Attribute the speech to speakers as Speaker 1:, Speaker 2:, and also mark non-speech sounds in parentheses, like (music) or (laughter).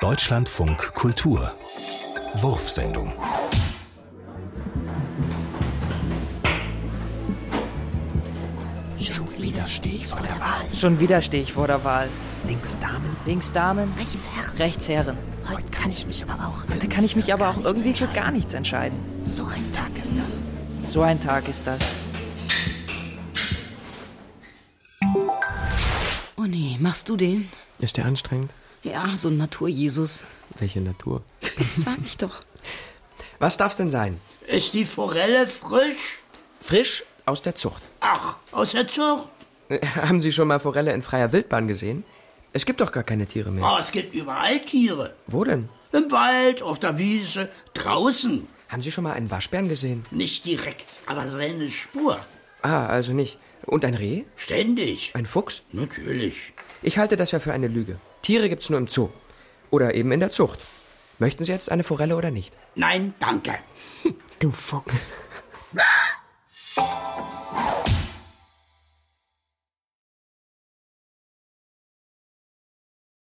Speaker 1: Deutschlandfunk Kultur. Wurfsendung.
Speaker 2: Schon wieder stehe ich vor der Wahl.
Speaker 3: Schon wieder stehe ich vor der Wahl.
Speaker 2: Links Damen,
Speaker 3: Links Damen,
Speaker 2: rechts Herren.
Speaker 3: rechts Herren.
Speaker 2: Heute kann ich mich aber auch.
Speaker 3: Da kann ich mich aber auch
Speaker 2: nichts
Speaker 3: irgendwie für
Speaker 2: entscheiden.
Speaker 3: gar nichts entscheiden.
Speaker 2: So ein Tag ist das.
Speaker 3: So ein Tag ist das.
Speaker 4: Oh nee, machst du den?
Speaker 5: Ist der anstrengend?
Speaker 4: Ja, so ein Naturjesus.
Speaker 5: Welche Natur?
Speaker 4: Sag ich doch.
Speaker 5: Was darf's denn sein?
Speaker 6: Ist die Forelle frisch?
Speaker 5: Frisch aus der Zucht.
Speaker 6: Ach, aus der Zucht?
Speaker 5: Äh, (laughs) Haben Sie schon mal Forelle in freier Wildbahn gesehen? Es gibt doch gar keine Tiere mehr.
Speaker 6: Ah, es gibt überall Tiere.
Speaker 5: Wo denn?
Speaker 6: Im Wald, auf der Wiese, draußen.
Speaker 5: Haben Sie schon mal einen Waschbären gesehen?
Speaker 6: Nicht direkt, aber seine Spur.
Speaker 5: Ah, also nicht. Und ein Reh?
Speaker 6: Ständig.
Speaker 5: Ein Fuchs?
Speaker 6: Natürlich.
Speaker 5: Ich halte das ja für eine Lüge. Tiere gibt's nur im Zoo. Oder eben in der Zucht. Möchten Sie jetzt eine Forelle oder nicht?
Speaker 6: Nein, danke.
Speaker 4: Du Fuchs.